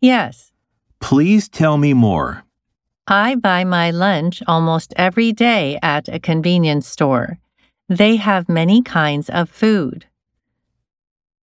Yes, Please tell me more. I buy my lunch almost every day at a convenience store. They have many kinds of food.